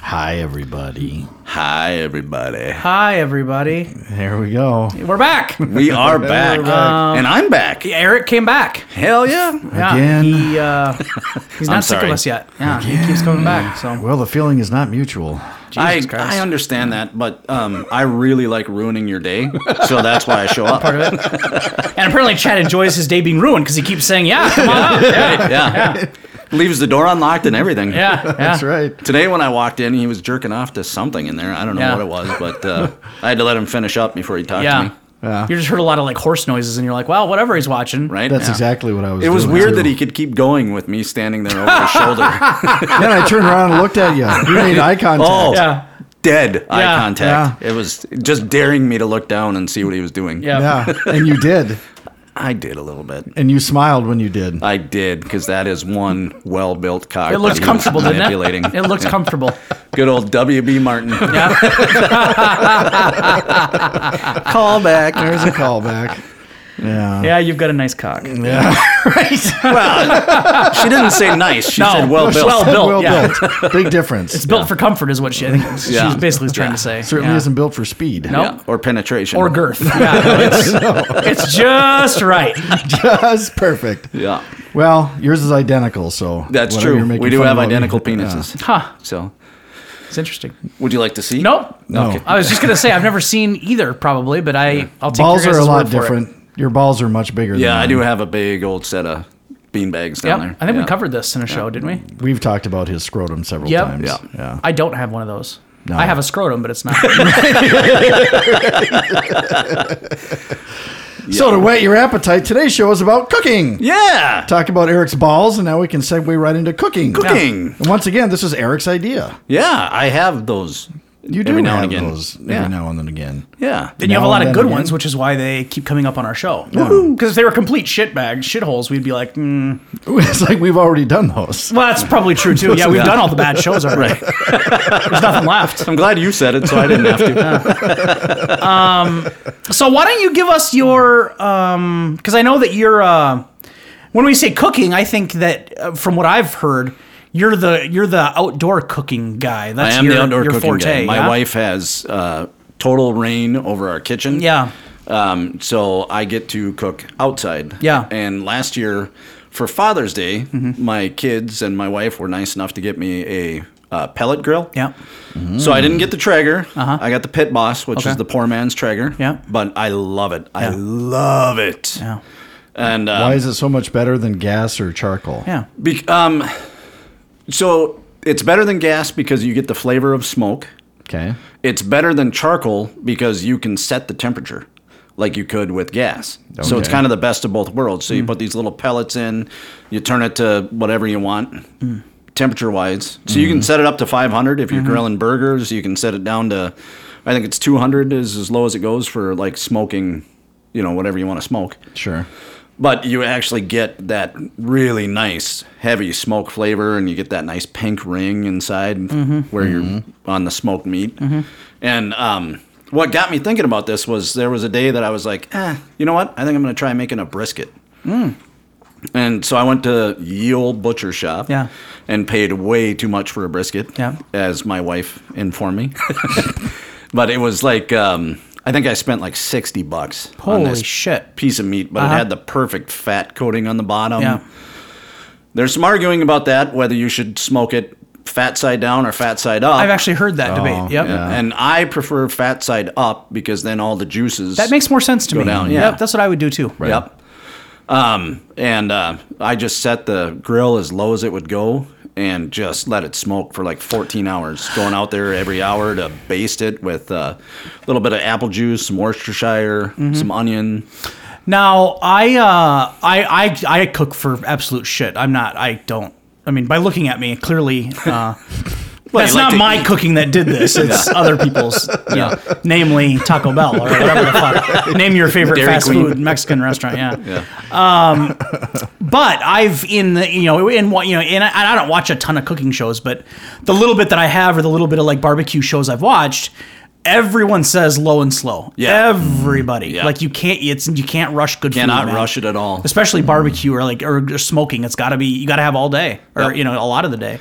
Hi, everybody. Hi, everybody. Hi, everybody. There we go. We're back. We are back. Um, and I'm back. Eric came back. Hell yeah. Yeah, Again. He, uh, he's I'm not sick sorry. of us yet. Yeah, he keeps coming back. So Well, the feeling is not mutual. I, Jesus Christ. I understand that, but um, I really like ruining your day. So that's why I show up. part of it. And apparently, Chad enjoys his day being ruined because he keeps saying, "Yeah, come on up." Yeah, yeah. Leaves the door unlocked and everything. yeah, yeah. That's right. Today, when I walked in, he was jerking off to something in there. I don't know Yeah. what it was, but uh, I had to let him finish up before he talked to Yeah. me. You just heard a lot of like horse noises, and you're like, "Well, whatever he's watching." Right? That's Yeah. exactly what I was. It was doing, weird too. that he could keep going with me standing there over his shoulder. Then I turned around and looked at you. You made eye contact. Oh, Yeah. dead eye Yeah. contact. It was just daring me to look down and see what he was doing. Yeah. Yeah, and you did, I did a little bit. and you smiled when you did. I did because that is one well-built cock. It looks that he was comfortable, didn't manipulating. it? It looks comfortable. Good old WB Martin. Yeah. Call back. There's a callback. Yeah. Yeah, you've got a nice cock. She didn't say nice. She No. said well-built. Well built. well yeah. built. Big difference. It's built for comfort, is what she I think she Yeah. was basically trying to say. Certainly Yeah. isn't built for speed. No. Yeah, or penetration. Or girth. Yeah, no, it's, it's just right. That's perfect. Yeah, Well, yours is identical, so that's whatever you're true. making We do fun have about, you- identical yeah. penises. Huh. So, It's interesting. would you like to see? Nope. No. I was just gonna say I've never seen either, probably, but I I'll take Balls your are a guys' lot word for it. different. Your balls are much bigger. Yeah, I than do mine. have a big old set of beanbags Yep. down there. I think we Yeah. covered this in a show, didn't we? We've talked about his scrotum several Yep. times. Yeah. yeah. I don't have one of those. No. I have a scrotum, but it's not. So to whet your appetite, today's show is about cooking. Yeah, Talk about Eric's balls, and now we can segue right into cooking. cooking. And once again, this is Eric's idea. Yeah. I have those. You do Every now and have again. those every Yeah. now and then again. Yeah, and you have Now a lot and of then good again. ones, which is why they keep coming up on our show. Because if they were complete shitbags, shitholes, we'd be like, mm. It's like we've already done those. well, that's probably true too. Yeah, we've done all the bad shows already. There's nothing left. I'm glad you said it, so I didn't have to. So why don't you give us your? Because I know that you're. Uh, when we say cooking, I think that uh, from what I've heard, you're the you're the outdoor cooking guy. I That's am your, the outdoor your cooking forte. guy. My yeah? wife has uh, total reign over our kitchen. Yeah. Um, so I get to cook outside. Yeah. Mm-hmm. And last year for Father's Day, my kids and my wife were nice enough to get me a uh, pellet grill. Yeah. Uh-huh. So I didn't get the Traeger. I got the Pit Boss, which is Okay. the poor man's Traeger. Yeah. But I love it. I love it. Yeah. And um, Why is it so much better than gas or charcoal? Yeah. Bec- um, so it's better than gas because you get the flavor of smoke. Okay. It's better than charcoal because you can set the temperature like you could with gas. So it's Okay. kind of the best of both worlds. So you put these little pellets in, you turn it to whatever you want. Temperature wise, so you can set it up to 500 if you're grilling burgers. You can set it down to, I think it's 200 is as low as it goes for like smoking, you know, whatever you want to smoke Sure. but you actually get that really nice heavy smoke flavor and you get that nice pink ring inside Mm-hmm. where you're on the smoked meat and um, what got me thinking about this was there was a day that i was like eh, you know what i think i'm going to try making a brisket Mm. and so i went to yule butcher shop Yeah. and paid way too much for a brisket Yeah. as my wife informed me but it was like um, i think i spent like 60 bucks on Holy this shit. piece of meat, but Uh-huh. it had the perfect fat coating on the bottom. Yeah. There's some arguing about that, whether you should smoke it fat side down or fat side up. I've actually heard that debate. Yep. oh, Yeah. And I prefer fat side up because then all the juices. That makes more sense to Go me. down, yeah. Yep, that's what I would do too. Right. Yep. Um, and uh, I just set the grill as low as it would go and just let it smoke for like 14 hours, going out there every hour to baste it with uh, a little bit of apple juice, some Worcestershire, Mm-hmm. some onion. Now I uh I, I I cook for absolute shit. I'm not I don't I mean by looking at me, clearly uh you That's like not to my eat. cooking that did this. It's other people's, you know, namely Taco Bell or whatever the fuck. Name your favorite Dairy fast Queen. food Mexican restaurant. Yeah. Um, Yeah. But I've in the you know in what you know and I, I don't watch a ton of cooking shows, but the little bit that I have or the little bit of like barbecue shows I've watched, everyone says low and slow. Yeah. Everybody Yeah. like you can't it's you can't rush good Cannot food. man. rush it at all. Especially barbecue or like or just smoking, it's got to be you got to have all day or Yep. you know a lot of the day.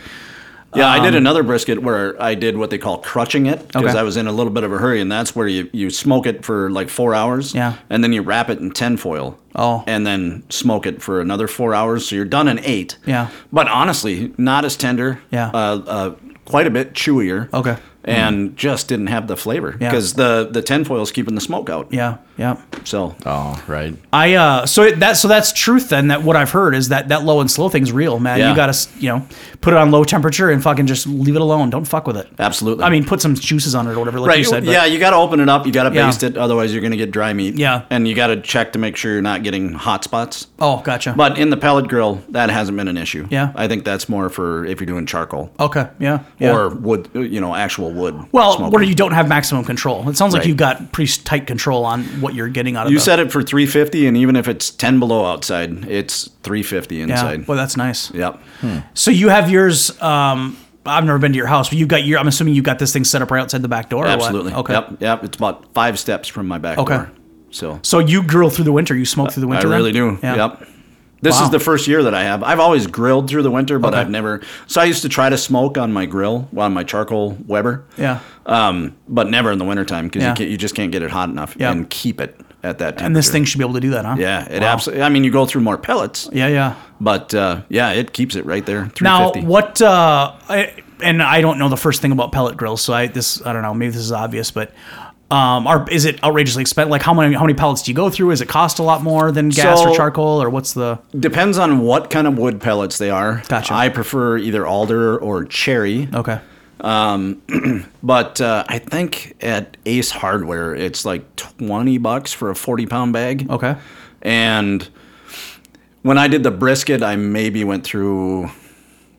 Yeah, I did another brisket where I did what they call crutching it because Um, Okay. I was in a little bit of a hurry, and that's where you, you smoke it for like four hours. Yeah. And then you wrap it in tinfoil. Oh. And then smoke it for another four hours. So you're done in eight. Yeah. But honestly, not as tender. Yeah. Uh, uh, quite a bit chewier. Okay. And just didn't have the flavor Yeah. because the, the tinfoil is keeping the smoke out. Yeah, yeah. So Oh, right. I uh so it, that so that's truth then that what I've heard is that that low and slow thing's real, man. Yeah. You got to, you know, put it on low temperature and fucking just leave it alone. Don't fuck with it. absolutely. I mean, put some juices on it or whatever like right. you said. but- yeah, you got to open it up. You got to Yeah. baste it. Otherwise, you're going to get dry meat. Yeah. And you got to check to make sure you're not getting hot spots. Oh, gotcha. But in the pellet grill, that hasn't been an issue. Yeah. I think that's more for if you're doing charcoal okay, yeah. yeah. or wood, you know, actual wood. well, smoking. where you don't have maximum control. It sounds like Right. you've got pretty tight control on what you're getting out of You the- set it for 350, and even if it's 10 below outside, it's 350 yeah. inside. Well, that's nice. yep. So you have yours. Um, I've never been to your house, but you got your. I'm assuming you got this thing set up right outside the back door. or what? Absolutely. Okay. Yep. Yep. It's about five steps from my back Okay. door. So, So you grill through the winter. You smoke through the I winter. then? really do. Yeah. Yep. This Wow. is the first year that I have. I've always grilled through the winter, but Okay. I've never. So I used to try to smoke on my grill, on my charcoal Weber. Yeah. Um, but never in the wintertime because Yeah. you, can't- you just can't get it hot enough Yeah. and keep it at that temperature. And this thing should be able to do that, huh? Yeah, it Wow. absolutely. I mean, you go through more pellets, Yeah, yeah. but uh, yeah, it keeps it right there. Now 350. what? Uh, I, and I don't know the first thing about pellet grills, so I this I don't know. Maybe this is obvious, but um, are is it outrageously expensive? Like how many how many pellets do you go through? Is it cost a lot more than gas or So- charcoal, or what's the? depends on what kind of wood pellets they are. Gotcha. I prefer either alder or cherry, Okay. but uh, I think at Ace Hardware it's like twenty bucks for a forty pound bag. Okay. And when I did the brisket, I maybe went through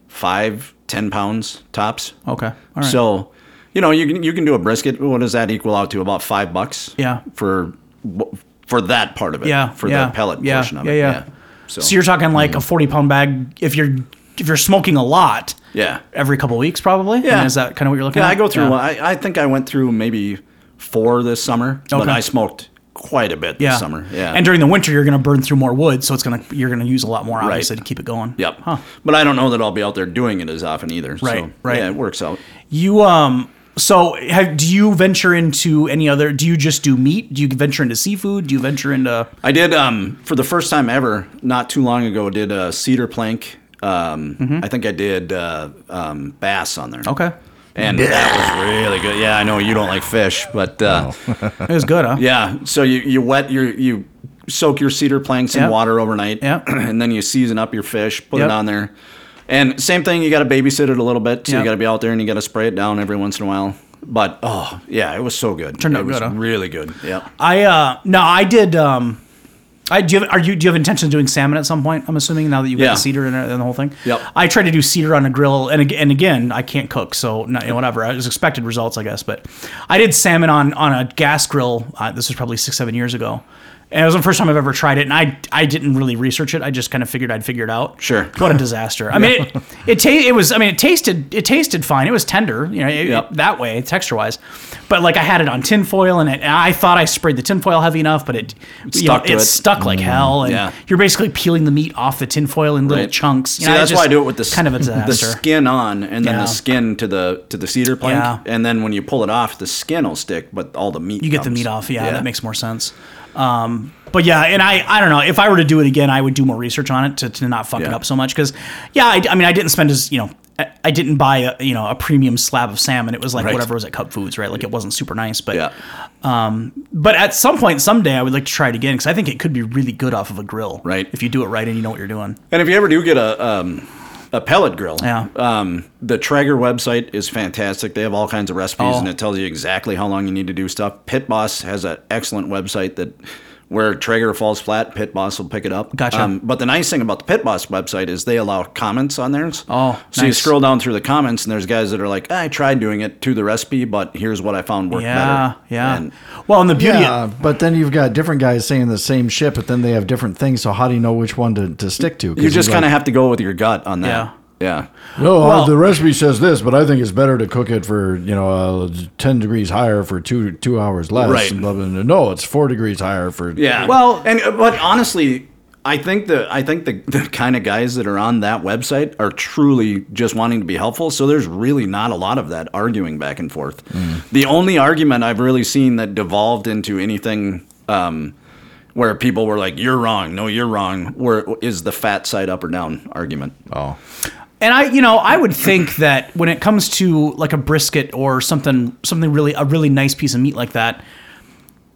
five, ten pounds tops. Okay. All right. So, you know, you can you can do a brisket. What does that equal out to? About five bucks. Yeah. For wh- for that part of it. yeah, For yeah, the pellet yeah, portion of yeah, it. Yeah. So, Mm. So you're talking like a 40 pound bag if you're if you're smoking a lot yeah. every couple weeks probably. Yeah. And is that kind of what you're looking Yeah, at? I go through. I, I think I went through maybe four this summer, but Okay. I smoked quite a bit yeah. this summer. Yeah. And during the winter you're going to burn through more wood, so it's going to you're going to use a lot more obviously Right. to keep it going. Yep. Huh. But I don't know that I'll be out there doing it as often either. Right, So, right. Yeah, it works out. You um so have do you venture into any other do you just do meat? Do you venture into seafood? Do you venture into I did um, for the first time ever not too long ago. Did a cedar plank. Um, I think I did uh, um, bass on there. Mm-hmm. Okay. and that was really good. Yeah, I know you don't like fish, but uh, It was good, huh? yeah. So you you wet your you soak your cedar planks in Yep. water overnight, Yep. and then you season up your fish, put Yep. it on there, and same thing. You got to babysit it a little bit, so Yep. you got to be out there and you got to spray it down every once in a while. But oh yeah, it was so good. Turned it out was good, huh? really good. Yeah. I uh no, I did um I do you have, are you do you have intention of doing salmon at some point? I'm assuming now that you've got Yeah. the cedar and, and the whole thing. Yep. I tried to do cedar on a grill, and ag- and again, I can't cook, so not, you know, whatever. I was expected results, I guess, but I did salmon on on a gas grill. Uh, this was probably six seven years ago. And it was the first time I've ever tried it, and I I didn't really research it. I just kind of figured I'd figure it out. Sure. What a disaster! I mean, it it, ta- it was. I mean, it tasted it tasted fine. It was tender, you know, it- Yep. that way texture wise. But like I had it on tinfoil, and, it, and I thought I sprayed the tinfoil heavy enough, but it you know, Stuck to it it. Mm-hmm. stuck like hell. And Yeah. you're basically peeling the meat off the tinfoil in little Right. chunks. You See, know, that's just- why I do it with the s- kind of a the disaster. skin on, and then Yeah. the skin to the to the cedar plank, Yeah. and then when you pull it off, the skin will stick, but all the meat. you get the comes. meat off. Yeah, that makes more sense. Um, but yeah, and I, I don't know. If I were to do it again, I would do more research on it to, to not fuck it Yeah. up so much. Because yeah, I, I mean, I didn't spend as you know, I, I didn't buy a you know a premium slab of salmon. It was like Right. whatever was at Cub Foods, right? Like it wasn't super nice, but Yeah, but at some point someday, I would like to try it again because I think it could be really good off of a grill, Right. If you do it right and you know what you're doing. and if you ever do get a um, a pellet grill, Yeah. um, the Traeger website is fantastic. They have all kinds of recipes, Oh. and it tells you exactly how long you need to do stuff. Pit Boss has an excellent website that. Where Traeger falls flat, Pit Boss will pick it up. Um, Gotcha. but the nice thing about the Pit Boss website is they allow comments on theirs. Oh, so you nice. scroll down through the comments and there's guys that are like, I tried doing it to the recipe, but here's what I found worked Yeah, better. yeah. And well, and the beauty, Yeah, but then you've got different guys saying the same shit, but then they have different things. So how do you know which one to, to stick to? 'Cause you just you're kind of have to go with your gut on that. Yeah. like, no. uh, well- the recipe says this, but I think it's better to cook it for you know uh, ten degrees higher for two two hours less. Right. and blah, blah, blah. No, it's four degrees higher for Yeah. Well- and uh, but honestly, I think the I think the, the kind of guys that are on that website are truly just wanting to be helpful. So there's really not a lot of that arguing back and forth. The only argument I've really seen that devolved into anything um, where people were like, "You're wrong," "No, you're wrong," where is the fat side up or down argument? Oh, and I, you know, I would think that when it comes to like a brisket or something, something really a really nice piece of meat like that,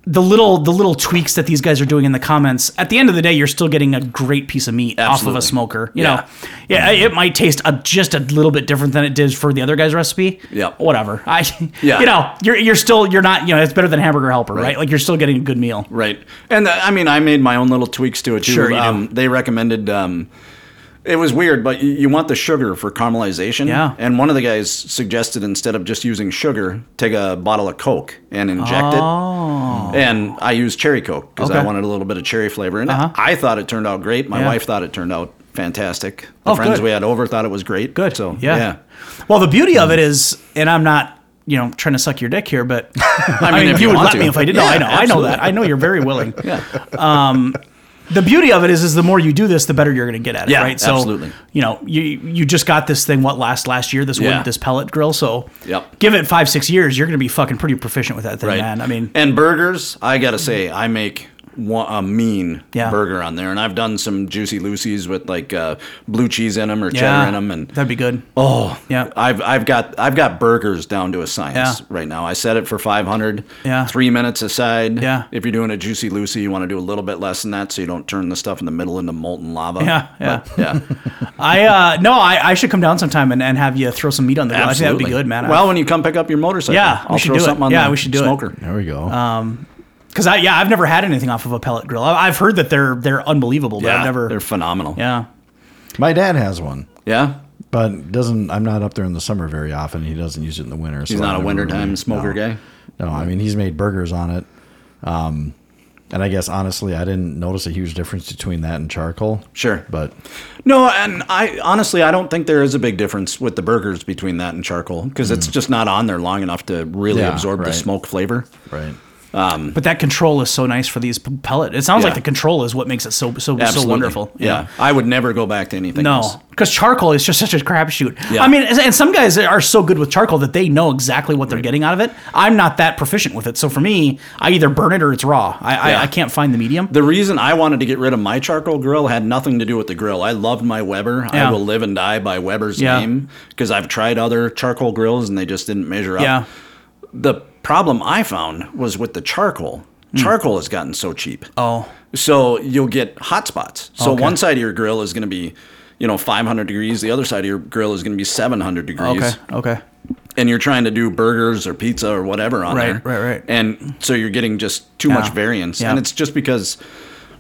the little the little tweaks that these guys are doing in the comments, at the end of the day, you're still getting a great piece of meat off of Absolutely. a smoker. You Yeah. know, yeah, it might taste a, just a little bit different than it did for the other guy's recipe. Yeah. whatever. I, Yeah. you know, you're you're still you're not you know it's better than hamburger helper, right? Right. Like you're still getting a good meal. Right. And the, I mean, I made my own little tweaks to it too. Sure, you um, They recommended. Um, it was weird, but you, you want the sugar for caramelization. Yeah. And one of the guys suggested instead of just using sugar, take a bottle of Coke and inject it. And I used cherry Coke because I Oh. Okay. Uh-huh. wanted a little bit of cherry flavor in it. I thought it turned out great. My Yeah. wife thought it turned out fantastic. The Oh, friends good. we had over thought it was great. Good. So yeah. Well, the beauty of it is, and I'm not, you know, trying to suck your dick here, but I mean, mean, if you, you would want let to. me if I did. no, Yeah, I know, I know that. I know you're very willing. yeah. Um, the beauty of it is, is the more you do this, the better you're going to get at it, Yeah, right? So, absolutely. you know, you you just got this thing what last last year, this wood, Yeah. this pellet grill. So, Yep. give it five six years, you're going to be fucking pretty proficient with that thing, man. I mean, and burgers, I gotta say, I make one, a mean Yeah. burger on there, and I've done some juicy Lucy's with like uh, blue cheese in them or cheddar yeah, in them, and that'd be good. oh Yeah. I've I've got I've got burgers down to a science Yeah. right now. I set it for 500, Yeah. three minutes aside. Yeah. if you're doing a juicy Lucy, you want to do a little bit less than that, so you don't turn the stuff in the middle into molten lava. Yeah, yeah. But, yeah. I uh no, I, I should come down sometime and, and have you throw some meat on the grill. I think that'd be Absolutely. good, man. I- Well, when you come pick up your motorcycle, Yeah, we I'll should throw do it. something on Yeah, the we should do it. smoker. there we go. Um, Because I yeah, I've never had anything off of a pellet grill. I- I've heard that they're they're unbelievable, but Yeah, I've never. they're phenomenal. yeah. My dad has one. yeah. But doesn't I'm not up there in the summer very often. He doesn't use it in the winter. He's not a wintertime smoker guy. No, I mean he's made burgers on it. Um, and I guess honestly, I didn't notice a huge difference between that and charcoal. Sure. but No, and I honestly I don't think there is a big difference with the burgers between that and charcoal because it's just not on there long enough to really Yeah, absorb the right. smoke flavor. right, But that control is so nice for these p- pellet. It sounds Yeah. like the control is what makes it so so so Absolutely. wonderful. Yeah. I would never go back to anything. else. No, because charcoal is just such a crapshoot. Yeah. I mean, and some guys are so good with charcoal that they know exactly what they're getting out of it. I'm not that proficient with it, so for me, I either burn it or it's raw. I Yeah. I, I can't find the medium. The reason I wanted to get rid of my charcoal grill had nothing to do with the grill. I loved my Weber. I Yeah. will live and die by Weber's Yeah. name because I've tried other charcoal grills and they just didn't measure up. yeah, The problem I found was with the charcoal. Charcoal has gotten so cheap. Oh. So you'll get hot spots. So Okay. one side of your grill is going to be, you know, 500 degrees. The other side of your grill is going to be 700 degrees. Oh, okay, okay, And you're trying to do burgers or pizza or whatever on Right, there. right, right. And so you're getting just too much Yeah. variance. Yeah. And it's just because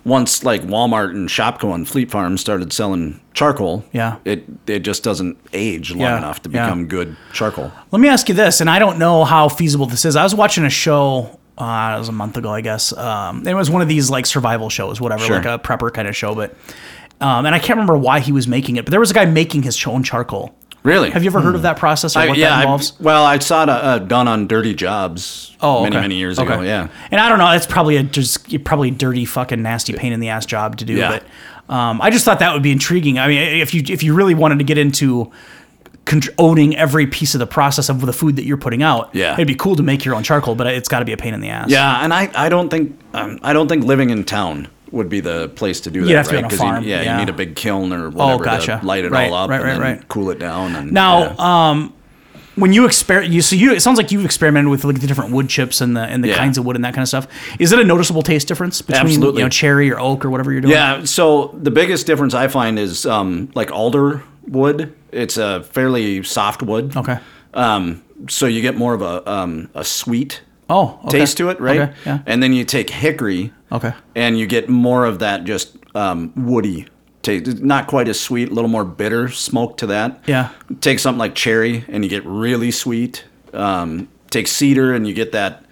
once like Walmart and Shopco and Fleet Farm started selling charcoal, Yeah. it it just doesn't age long Yeah, enough to yeah. become good charcoal. Let me ask you this, and I don't know how feasible this is. I was watching a show. Uh, it was a month ago, I guess. Um, it was one of these like survival shows, whatever, Sure. like a prepper kind of show. But um, and I can't remember why he was making it, but there was a guy making his own charcoal. Really? Have you ever heard of that process or Hmm. I- what that I- involves? well, I saw it uh, done on Dirty Jobs oh, many, okay. many years Okay. ago. Yeah. And I don't know. It's probably a just probably a dirty, fucking, nasty pain in the ass job to do. Yeah. But um, I just thought that would be intriguing. I mean, if you if you really wanted to get into con- owning every piece of the process of the food that you're putting out, Yeah. it'd be cool to make your own charcoal, but it's got to be a pain in the ass. Yeah, and I, I don't think um, I don't think living in town would be the place to do that. have to be right? on a 'Cause farm, You, yeah, yeah. Oh, you need a big kiln or whatever gotcha. to light it Right, all up right, and right, then right. cool it down. And Now, yeah. um, when you experiment, you so you it sounds like you've experimented with like the different wood chips and the and the Yeah. kinds of wood and that kind of stuff. Is it a noticeable taste difference between Absolutely. you know cherry or oak or whatever you're doing? yeah. So the biggest difference I find is um, like alder wood. It's a fairly soft wood. Okay. Um, so you get more of a um, a sweet Oh, okay. taste to it, right? Okay, yeah. And then you take hickory, Okay. and you get more of that just um, woody taste. It's Not quite as sweet, a little more bitter smoke to that. Yeah. Take something like cherry, and you get really sweet. Um, take cedar, and you get that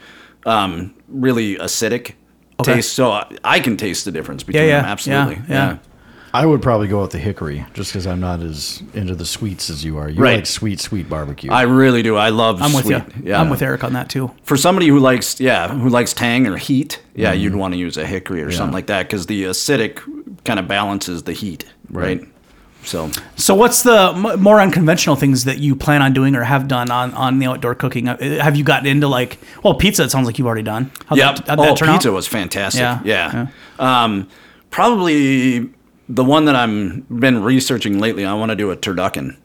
um, really acidic Okay. taste. So I, I can taste the difference between yeah, them. Absolutely. yeah, yeah. I would probably go with the hickory just because I'm not as into the sweets as you are. You Right. like sweet, sweet barbecue. I really do. I love. I'm with sweet. you. I'm with Eric on that too. for somebody who likes yeah who likes tang or heat yeah you'd want to use a hickory or something like that because the acidic kind of balances the heat right, so So, what's the m- more unconventional things that you plan on doing or have done on, on the outdoor cooking? Uh, Have you gotten into like, well, pizza? It sounds like you've already done. How'd yeah that, how'd oh that turn pizza out? was fantastic Yeah, yeah, Um, probably the one that I'm been researching lately I want to do a turducken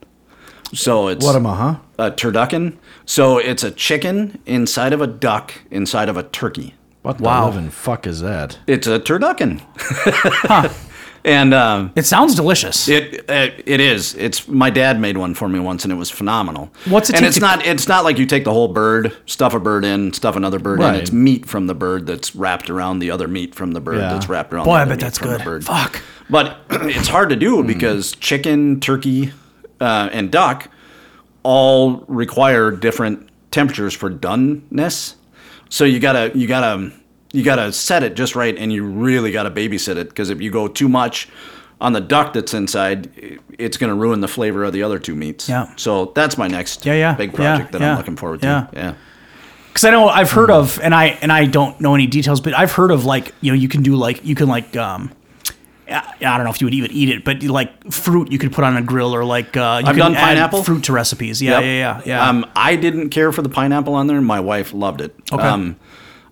so it's what am I, huh? a turducken so it's a chicken inside of a duck inside of a turkey What the Wow. living fuck is that? it's a turducken and um, It sounds delicious. It, it it is. It's my dad made one for me once, and it was phenomenal. What's it And take it's to- not it's not like you take the whole bird, stuff a bird in, stuff another bird Right. in. It's meat from the bird that's wrapped around the other meat from the bird Yeah. that's wrapped around. Boy, the I other bet meat that's from the good. bird. Fuck. Hmm. But it's hard to do because chicken, turkey, uh, and duck all require different temperatures for doneness. So you gotta you gotta you gotta set it just right, and you really gotta babysit it because if you go too much on the duck that's inside, i- it's gonna ruin the flavor of the other two meats. Yeah. So that's my next Yeah, yeah, big yeah, project that yeah, I'm looking forward to. yeah. yeah. Because I know I've heard of, and I and I don't know any details, but I've heard of like you know you can do like you can like um, I I don't know if you would even eat it, but like fruit you could put on a grill or like uh, you I've can done add pineapple. fruit to recipes. Yeah, Yep. yeah, yeah, yeah. Um, I didn't care for the pineapple on there. My wife loved it. Okay. Um,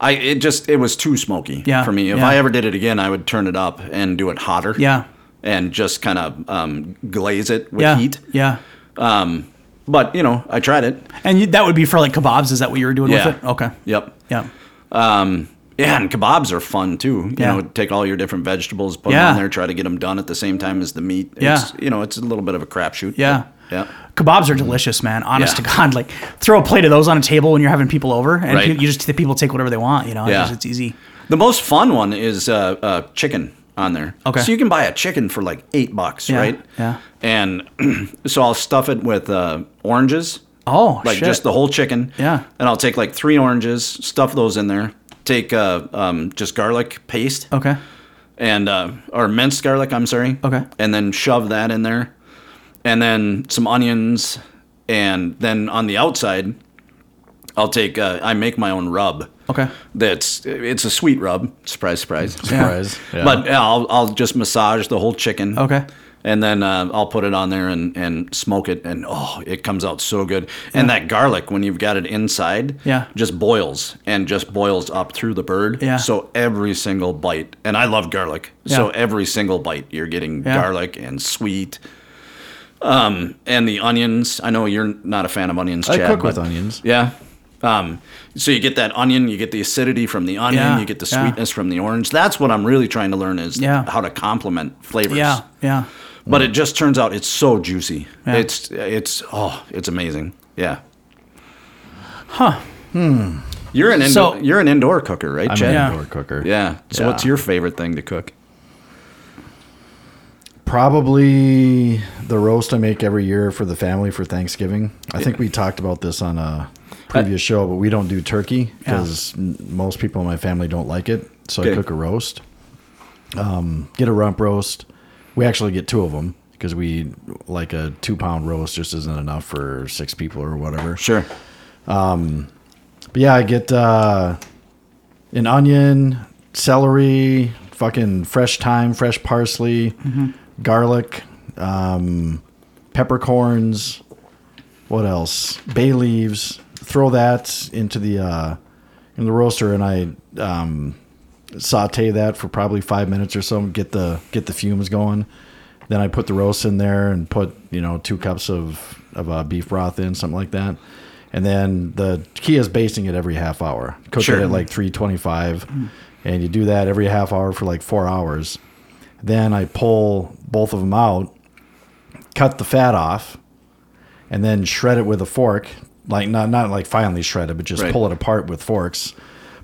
I it just it was too smoky Yeah, for me. If yeah. I ever did it again, I would turn it up and do it hotter. Yeah. And just kind of um, glaze it with yeah, heat. yeah. Um, but you know, I tried it. And you, that would be for like kebabs. Is that what you were doing Yeah. with it? Okay. Yep. Yeah. Um, yeah, and kebabs are fun too. You Yeah. know, take all your different vegetables, put Yeah. them on there, try to get them done at the same time as the meat. Yeah. It's, you know, it's a little bit of a crapshoot. but- Yeah. Yeah. Kebabs are delicious, man. Honest Yeah. to God, like throw a plate of those on a table when you're having people over, and Right. you, you just the people take whatever they want. You know, It's Yeah. just- it's easy. The most fun one is uh, uh, chicken on there. Okay. So you can buy a chicken for like eight bucks, Yeah, right? yeah. And so I'll stuff it with uh, oranges, Oh, like shit. just the whole chicken. Yeah. And I'll take like three oranges, stuff those in there. Take uh, um, just garlic paste okay. and uh, or minced garlic. I'm sorry. Okay. And then shove that in there, and then some onions, and then on the outside, I'll take. Uh, I make my own rub. Okay. That's it's a sweet rub. Surprise, surprise. Surprise. Yeah. But yeah, I'll I'll just massage the whole chicken. Okay. And then uh, I'll put it on there and, and smoke it, and oh, it comes out so good. And that garlic, when you've got it inside, Yeah. just boils and just boils up through the bird. Yeah. So every single bite, and I love garlic. So every single bite, you're getting Yeah. garlic and sweet. Um, and the onions. I know you're not a fan of onions. I Chad, cook with but- onions. yeah. Um, so you get that onion, you get the acidity from the onion, Yeah, you get the yeah. sweetness from the orange. That's what I'm really trying to learn is Yeah. how to complement flavors. Yeah. Yeah. But it just turns out it's so juicy. Yeah. It's it's oh, it's amazing. Yeah. Huh. Hmm. You're an indoor, So- you're an indoor cooker, right, I'm Chad? an Yeah. indoor cooker. Yeah. So Yeah. what's your favorite thing to cook? Probably the roast I make every year for the family for Thanksgiving. I think we talked about this on a previous show, but we don't do turkey because most people in my family don't like it. So I Okay. cook a roast. Um, get a rump roast. We actually get two of them because we like a two pound roast just isn't enough for six people or whatever. Sure. But yeah, I get uh, an onion, celery, fucking fresh thyme, fresh parsley, garlic, um, peppercorns. What else? Bay leaves. Throw that into the uh, in the roaster, and I um, saute that for probably five minutes or so. Get the get the fumes going. Then I put the roast in there and put you know two cups of of uh, beef broth in something like that, and then the key is basting it every half hour. Cook Sure. it at like three twenty five, and you do that every half hour for like four hours. Then I pull both of them out, cut the fat off, and then shred it with a fork like not not like finely shredded, but just Right. pull it apart with forks.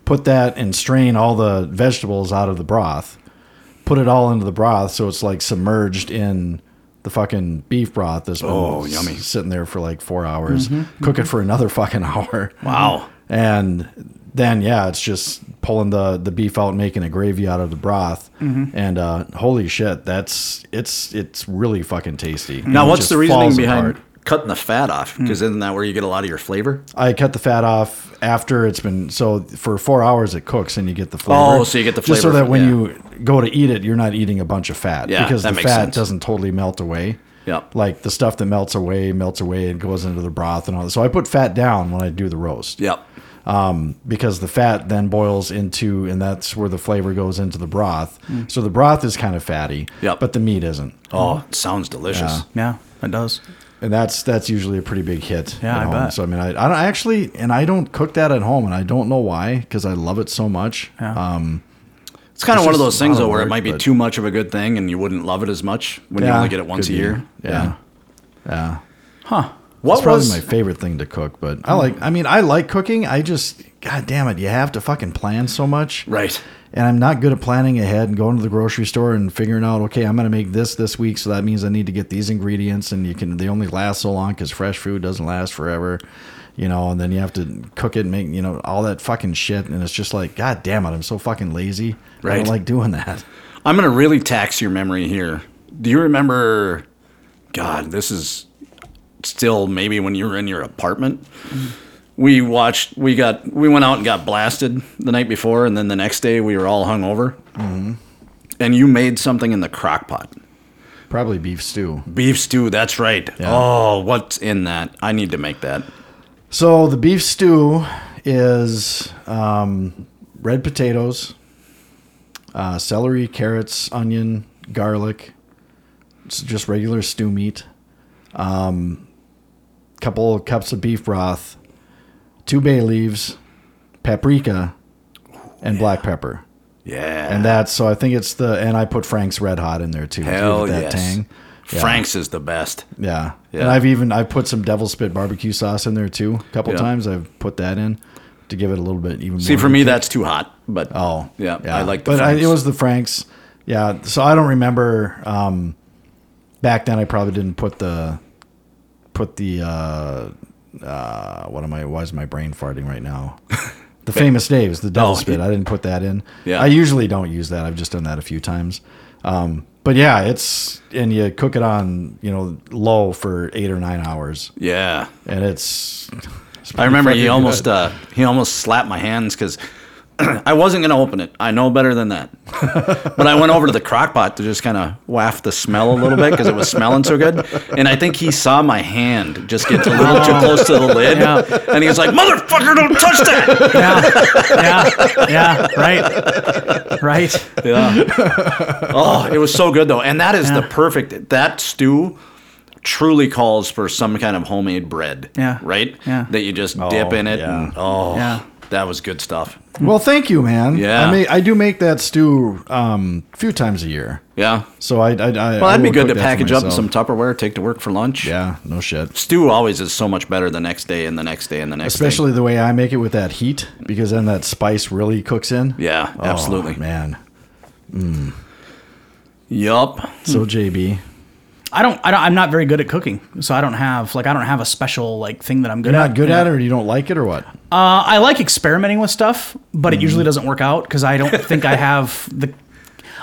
Put that and strain all the vegetables out of the broth. Put it all into the broth, so it's like submerged in the fucking beef broth that's been Oh, s- yummy. Mm-hmm, sitting there for like four hours. Cook it for another fucking hour. Mm. Wow. And then yeah, it's just pulling the the beef out, and making a gravy out of the broth, Mm-hmm. and uh, holy shit, that's it's it's really fucking tasty. Now, It what's just the reasoning falls behind apart. Hmm. cutting the fat off? Because isn't that where you get a lot of your flavor? I cut the fat off after it's been so for four hours it cooks and you get the flavor. Oh, so you get the just so flavor that from- when yeah. you go to eat it, you're not eating a bunch of fat Yeah, because that the makes fat sense. doesn't totally melt away. Yeah. like the stuff that melts away melts away and goes into the broth and all that. So I put fat down when I do the roast Yep. because the fat then boils into and that's where the flavor goes into the broth. So the broth is kind of fatty, Mm. Yep. but the meat isn't. Oh, it sounds delicious. Yeah, it does. and that's that's usually a pretty big hit. Yeah, at I home. bet. So I mean, I, I don't I actually, and I don't cook that at home, and I don't know why because I love it so much. Yeah. Um, It's kind of It's one of just those things how it though, where it works, might be but- too much of a good thing, and you wouldn't love it as much when you yeah, only get it once a could be. year. Yeah, yeah. What It's probably was Hmm. my favorite thing to cook, but I like. I mean, I like cooking. I just, god damn it, you have to fucking plan so much. right? and I'm not good at planning ahead and going to the grocery store and figuring out, okay, I'm going to make this this week, so that means I need to get these ingredients, and you can they only last so long because fresh food doesn't last forever, you know. And then you have to cook it, and make you know all that fucking shit, and it's just like, god damn it, I'm so fucking lazy. I Right. don't like doing that. I'm gonna really tax your memory here. Do you remember? God, this is still maybe when you were in your apartment. We watched. We got. We went out and got blasted the night before, and then the next day we were all hungover. Mm-hmm. And you made something in the crock pot. Probably beef stew. Beef stew, that's right. Oh, what's in that? I need to make that. So the beef stew is um, red potatoes, uh, celery, carrots, onion, garlic. It's just regular stew meat. Um, couple cups of beef broth, two bay leaves, paprika, and black pepper. Yeah. And that's so I think it's the and I put Frank's Red Hot in there too. to give it Hell that yes. tang. Yeah. Frank's is the best. Yeah. Yeah. And I've even I've put some devil spit barbecue sauce in there too. A couple Yeah. times I've put that in to give it a little bit even See, more. for me, that's too hot. But Oh. yeah, I like the But I, Frank's. it was the Franks. Yeah. So I don't remember um back then I probably didn't put the put the uh uh what am I why is my brain farting right now? The famous Dave's, the devil Oh, spit. I didn't put that in. Yeah. I usually don't use that. I've just done that a few times. Um, but yeah, it's and you cook it on you know low for eight or nine hours yeah. and it's. it's I remember he fucking almost good. uh, he almost slapped my hands because I wasn't gonna open it. I know better than that. but I went over to the crock pot to just kind of waft the smell a little bit because it was smelling so good. And I think he saw my hand just get a little too close to the lid, Oh. Yeah. and he was like, "Motherfucker, don't touch that!" Yeah, yeah, yeah. Right, right. Yeah. oh, it was so good though, and that is the Yeah. perfect. That stew truly calls for some kind of homemade bread. Yeah. Right. Yeah. That you just dip in it. yeah. And, oh, Yeah. that was good stuff. Well, thank you, man. Yeah. I make, I do make that stew um, a few times a year. Yeah. So I, I, I Well, that'd be good to package up in some Tupperware, take to work for lunch. yeah, no shit. Stew always is so much better the next day and the next day and the next Especially the way I make it with that heat, because then that spice really cooks in. day. Yeah, Oh, absolutely. Hmm. man. Yup. So JB, I don't, I don't. I'm not very good at cooking, so I don't have like I don't have a special like thing that I'm good you're at. not good you know? at it, or you don't like it, or what? Uh, I like experimenting with stuff, but it Mm-hmm. usually doesn't work out because I don't think I have the.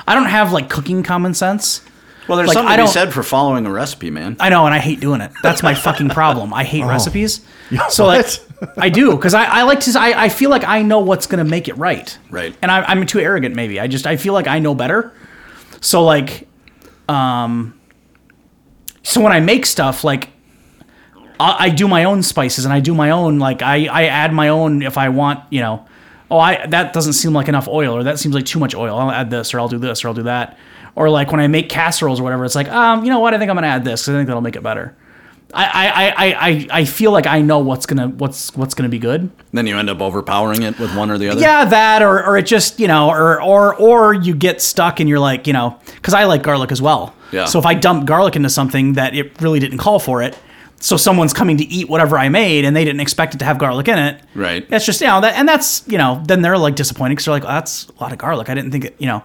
I don't have like cooking common sense. Well, there's Like, something I to be don't- said for following a recipe, man. I know, and I hate doing it. That's my fucking problem. I hate recipes. So What? like, I do because I, I like to. I, I feel like I know what's gonna make it right. Right. And I, I'm too arrogant. Maybe I just I feel like I know better. So like, um, so when I make stuff like. I I do my own spices and I do my own like I, I add my own if I want you know oh I that doesn't seem like enough oil or that seems like too much oil I'll add this or I'll do this or I'll do that or like when I make casseroles or whatever it's like um you know what I think I'm gonna add this 'cause I think that'll make it better I I, I- I, I I feel like I know what's gonna what's what's gonna be good Then you end up overpowering it with one or the other. yeah that or or it just you know or or or you get stuck and you're like you know because I like garlic as well Yeah. so if I dump garlic into something that it really didn't call for it So someone's coming to eat whatever I made, and they didn't expect it to have garlic in it. Right. That's just you know that, and that's you know then they're like disappointed because they're like, oh, that's a lot of garlic. I didn't think it, you know,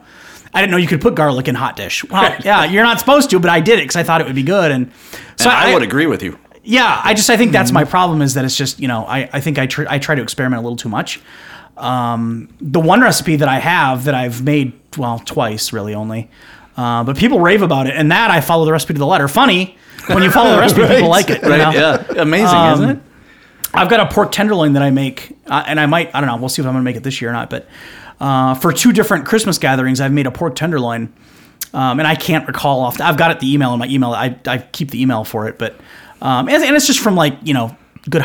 I didn't know you could put garlic in hot dish. Well, yeah, you're not supposed to, but I did it because I thought it would be good. And so And I, would agree with you. yeah, I just I think that's my Mm-hmm. problem is that it's just you know I I think I tr- I try to experiment a little too much. Um, the one recipe that I have that I've made well twice really only, uh, but people rave about it, and that I follow the recipe to the letter. Funny when you follow the recipe, people like it. you Right? know? Yeah. Amazing, isn't Um, it? I've got a pork tenderloin that I make, uh, and I might I don't know. We'll see if I'm gonna make it this year or not. But uh, for two different Christmas gatherings, I've made a pork tenderloin, um, and I can't recall off. I've got it the email in my email. I, I keep the email for it, but um, and, and it's just from like you know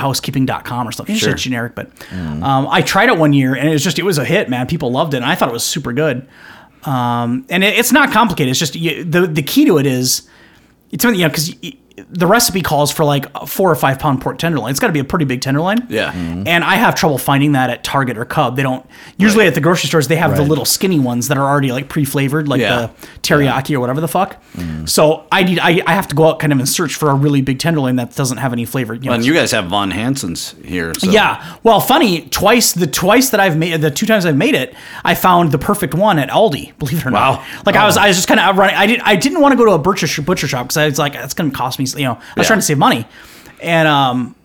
goodhousekeeping.com or something. It's just generic, but Mm. um, I tried it one year, and it was just it was a hit, man. People loved it, and I thought it was super good. Um, and it, it's not complicated. It's just you, the the key to it is it's you know because the recipe calls for like a four or five pound pork tenderloin. It's got to be a pretty big tenderloin. Yeah. And I have trouble finding that at Target or Cub. They don't usually at the grocery stores. They have the Right. little skinny ones that are already like pre-flavored, like Yeah. the teriyaki or whatever the fuck. Mm. So I need I, I have to go out kind of and search for a really big tenderloin that doesn't have any flavor. you know. And you guys have Von Hansen's here. So. Yeah. Well, funny. Twice the twice that I've made the two times I've made it, I found the perfect one at Aldi. Believe it or Wow. Oh. not. Like I was, I was just kind of running. I didn't, I didn't want to go to a butcher sh- butcher shop because I was like, that's going to cost me. You know, I Yeah. was trying to save money, and um,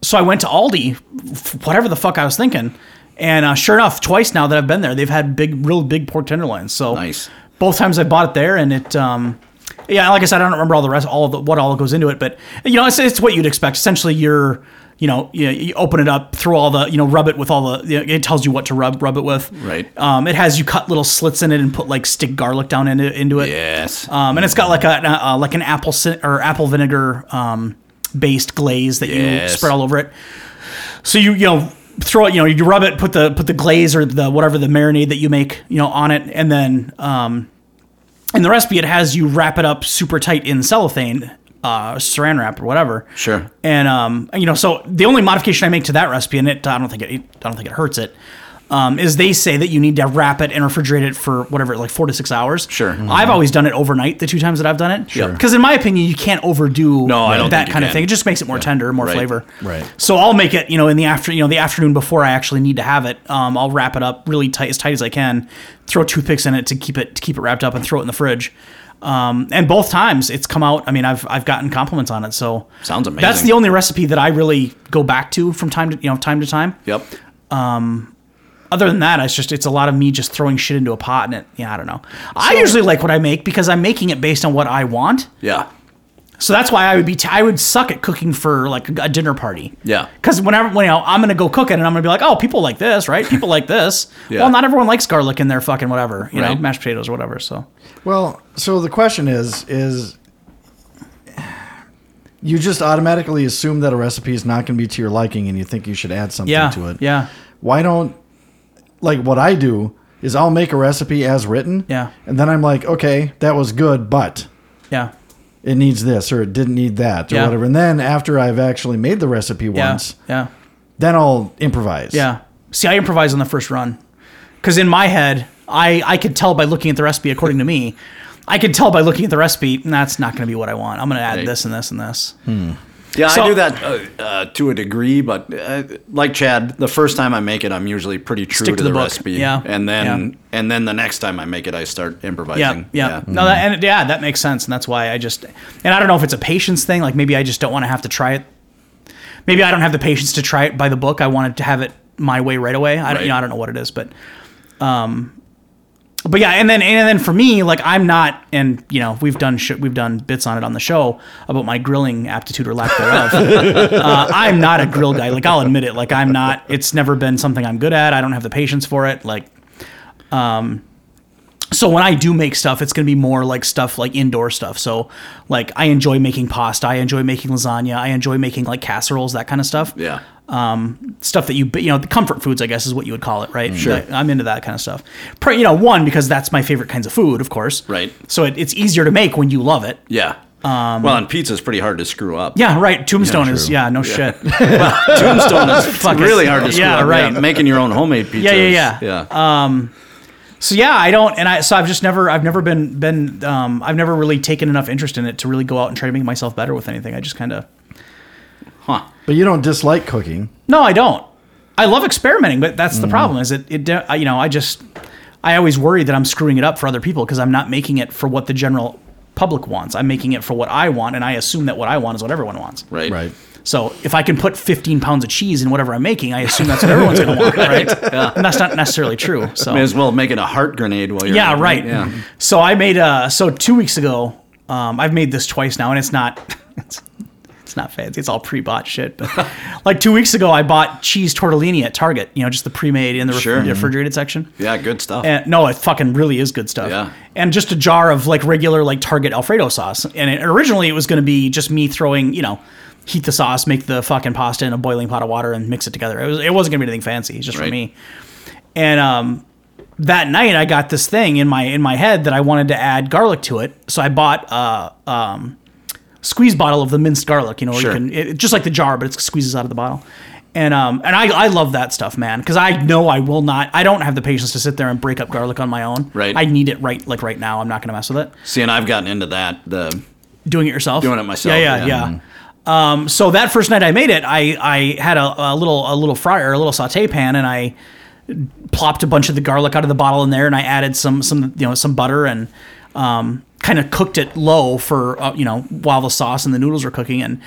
so I went to Aldi, f- whatever the fuck I was thinking, and uh, sure enough, twice now that I've been there, they've had big, real big pork tenderloins. So Nice. both times I bought it there, and it. Um, yeah, like I said, I don't remember all the rest, all the, what all goes into it, but you know, it's, it's what you'd expect. Essentially, you're, you know, you, you open it up, throw all the, you know, rub it with all the. You know, it tells you what to rub, rub it with. Right. Um, it has you cut little slits in it and put like stick garlic down into into it. Yes. Um, and it's got like a uh, like an apple cin- or apple vinegar um, based glaze that Yes. you spread all over it. So you you know throw it you know you rub it put the put the glaze or the whatever the marinade that you make you know on it and then um, in the recipe it has you wrap it up super tight in cellophane uh, saran wrap or whatever. Sure. And um, you know so the only modification I make to that recipe and it I don't think it I don't think it hurts it um, is they say that you need to wrap it and refrigerate it for whatever, like four to six hours. Sure. Mm-hmm. I've always done it overnight the two times that I've done it. Sure. Because in my opinion, you can't overdo No, I don't think that you kind of can. thing. It just makes it more tender, more Right. flavor. Right. So I'll make it, you know, in the after, you know, the afternoon before I actually need to have it. Um, I'll wrap it up really tight, as tight as I can. Throw toothpicks in it to keep it to keep it wrapped up and throw it in the fridge. Um, and both times it's come out. I mean, I've I've gotten compliments on it. So Sounds amazing. That's the only recipe that I really go back to from time to you know time to time Yep. other than that, it's just it's a lot of me just throwing shit into a pot and it. Yeah, I don't know. I usually like what I make because I'm making it based on what I want. Yeah. So that's why I would be t- I would suck at cooking for like a, a dinner party. Yeah. Because whenever when you know, I'm gonna go cook it and I'm gonna be like, oh, people like this, right? People like this. Yeah. Well, not everyone likes garlic in their fucking whatever, you Right. know, mashed potatoes or whatever. So Well, so the question is is you just automatically assume that a recipe is not going to be to your liking and you think you should add something yeah, to it. yeah, Why don't like what I do is I'll make a recipe as written. Yeah. And then I'm like, okay, that was good, but yeah, it needs this or it didn't need that or Yeah. whatever. And then after I've actually made the recipe yeah, once, yeah. then I'll improvise. Yeah. See, I improvise on the first run because in my head, I I could tell by looking at the recipe. According to me, I could tell by looking at the recipe that's not going to be what I want. I'm going to add Right. this and this and this. Yeah, So- I do that uh, uh, to a degree, but uh, like Chad, the first time I make it, I'm usually pretty true Stick to to, the the, book. recipe. Yeah. and then Yeah. and then the next time I make it, I start Yeah, improvising. yeah. No, that, and it- yeah, that makes sense, and that's why I just and I don't know if it's a patience thing. Like maybe I just don't want to have to try it. Maybe I don't have the patience to try it by the book. I wanted to have it my way right away. I don't, you know, Right. I don't know what it is, but um, but yeah, and then and then for me, like I'm not, and you know, we've done shit, we've done bits on it on the show about my grilling aptitude or lack thereof. uh, I'm not a grill guy. Like I'll admit it. Like I'm not. It's never been something I'm good at. I don't have the patience for it. Like um, so when I do make stuff, it's gonna be more like stuff like indoor stuff. So like I enjoy making pasta, I enjoy making lasagna, I enjoy making like casseroles, that kind of stuff. yeah, Stuff that you you know the comfort foods, I guess, is what you would call it, right? Sure. I'm into that kind of stuff. Pr- You know, one because that's my favorite kinds of food, of course. Right. So it, it's easier to make when you love it. yeah. Um, well, and pizza's pretty hard to screw up. Yeah, right. Tombstone is yeah, no shit. Tombstone is Fuck, really it's- hard to screw yeah, up. right. making your own homemade pizza. Yeah, yeah, is- yeah. Um, yeah. So yeah, I don't, and I so I've just never, I've never been been, um, I've never really taken enough interest in it to really go out and try to make myself better with anything. I just kind of, Huh. But you don't dislike cooking. No, I don't. I love experimenting, but that's the Mm. problem. Is it? It de- I- you know I just I always worry that I'm screwing it up for other people because I'm not making it for what the general public wants. I'm making it for what I want, and I assume that what I want is what everyone wants. Right. Right. So if I can put 15 pounds of cheese in whatever I'm making, I assume that's what everyone's going to want, right? And that's not necessarily true. So May as well make it a heart grenade while you're. at yeah, it, right. Yeah. So I made uh so two weeks ago, um, I've made this twice now, and it's not it's, it's not fancy. It's all pre-bought shit. But like two weeks ago, I bought cheese tortellini at Target. You know, just the pre-made in the ref- Sure. refrigerated section. Yeah. Good stuff. And no, it fucking really is good stuff. Yeah. And just a jar of like regular like Target Alfredo sauce. And it, originally it was going to be just me throwing, you know, heat the sauce, make the fucking pasta in a boiling pot of water and mix it together. It was it wasn't going to be anything fancy. It's just for Right. me. And um that night I got this thing in my in my head that I wanted to add garlic to it. So I bought uh um squeeze bottle of the minced garlic. You know, where Sure. you can it, just like the jar, but it squeezes out of the bottle. And um and I I love that stuff, man, because I know I will not. I don't have the patience to sit there and break up garlic on my own. Right. I need it right like right now. I'm not gonna mess with it. See, and I've gotten into that. The Doing it yourself. Doing it myself, Yeah, yeah, yeah. Mm-hmm. yeah. Um, so that first night I made it, I I had a, a little a little fryer, a little saute pan, and I plopped a bunch of the garlic out of the bottle in there, and I added some some you know some butter and um, kind of cooked it low for uh, you know while the sauce and the noodles were cooking, and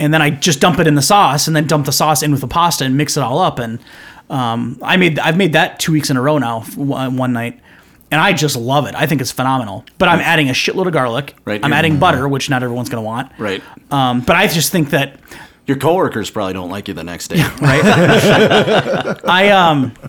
and then I just dump it in the sauce, and then dump the sauce in with the pasta and mix it all up, and um, I made I've made that two weeks in a row now, f- one one night. And I just love it. I think it's phenomenal. But I'm adding a shitload of garlic. Mm. Right, I'm yeah. adding butter, which not everyone's going to want. right. Um, but I just think that Your coworkers probably don't like you the next day. I um.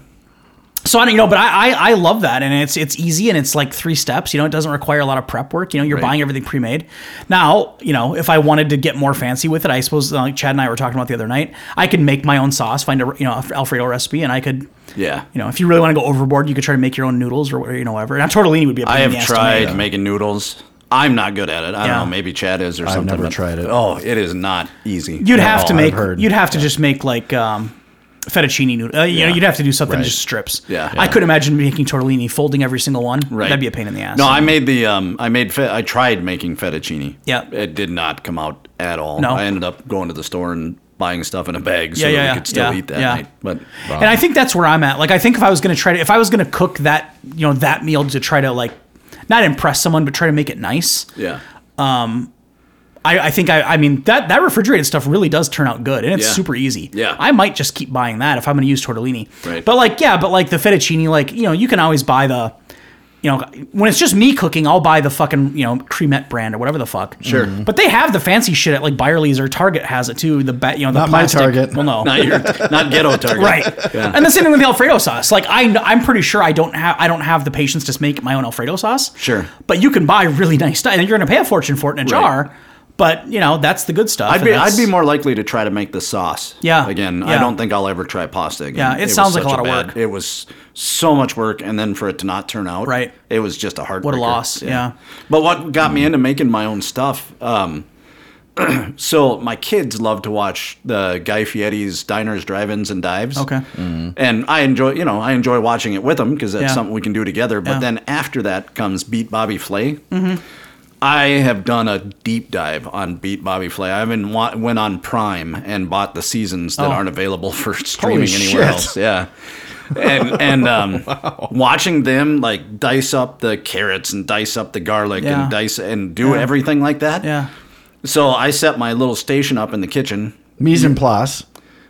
So I don't, you know, but I, I I love that, and it's it's easy, and it's like three steps. You know, it doesn't require a lot of prep work. You know, you're Right. buying everything pre-made. Now, you know, if I wanted to get more fancy with it, I suppose uh, like Chad and I were talking about the other night, I could make my own sauce, find a you know a Alfredo recipe, and I could. Yeah. You know, if you really want to go overboard, you could try to make your own noodles or whatever, you know whatever. Now, tortellini would be. a pain I have in the ass to tried make. making noodles. I'm not good at it. I Yeah. don't know. Maybe Chad is or something. never but- tried it. Oh, it is not easy. You'd at have all. to make. heard. You'd have to just make like um, fettuccine noodle. Uh, you know, you'd have to do something just strips. Yeah. I could imagine making tortellini, folding every single one. Right. That'd be a pain in the ass. No, I made the um, I made fe- I tried making fettuccine. Yeah. it did not come out at all. No. I ended up going to the store and buying stuff in a bag so Yeah, that we yeah, yeah, could still yeah, eat that yeah. night. But And I think that's where I'm at. Like, I think if I was gonna try to, if I was gonna cook that, you know, that meal to try to like, not impress someone, but try to make it nice. yeah, I, I think I, I mean that that refrigerated stuff really does turn out good, and it's Yeah. super easy. Yeah. I might just keep buying that if I'm going to use tortellini. Right. But like, yeah, but like the fettuccine, like you know, you can always buy the, you know, when it's just me cooking, I'll buy the fucking you know Cremette brand or whatever the fuck. Sure. Mhm. But they have the fancy shit at like Byerly's or Target has it too. The ba- you know the Not my plastic. Target. Well, no. not your not ghetto target. Right, and the same thing with the Alfredo sauce. Like I, kn- I'm pretty sure I don't have I don't have the patience to make my own Alfredo sauce. Sure. but you can buy really nice stuff, and you're going to pay a fortune for it in a jar. But you know that's the good stuff. I'd and be that's- I'd be more likely to try to make the sauce. Yeah, Again, I yeah. don't think I'll ever try pasta again. Yeah, it was sounds like a such lot of bad- work. It was so much work, and then for it to not turn out, Right. It was just a hard. What a loss, yeah. But what got me into making my own stuff? Um, so my kids love to watch the Guy Fieri's Diners, Drive-ins, and Dives. Okay. Mm-hmm. And I enjoy, you know, I enjoy watching it with them because that's Yeah. something we can do together. But Yeah. Mm-hmm. then after that comes Beat Bobby Flay. I have done a deep dive on Beat Bobby Flay. I even wa- went on Prime and bought the seasons that Oh. aren't available for streaming Holy anywhere shit. else. Yeah. And and um, watching them like dice up the carrots and dice up the garlic Yeah. and dice and do Yeah. everything like that. yeah. So I set my little station up in the kitchen. Mise en place,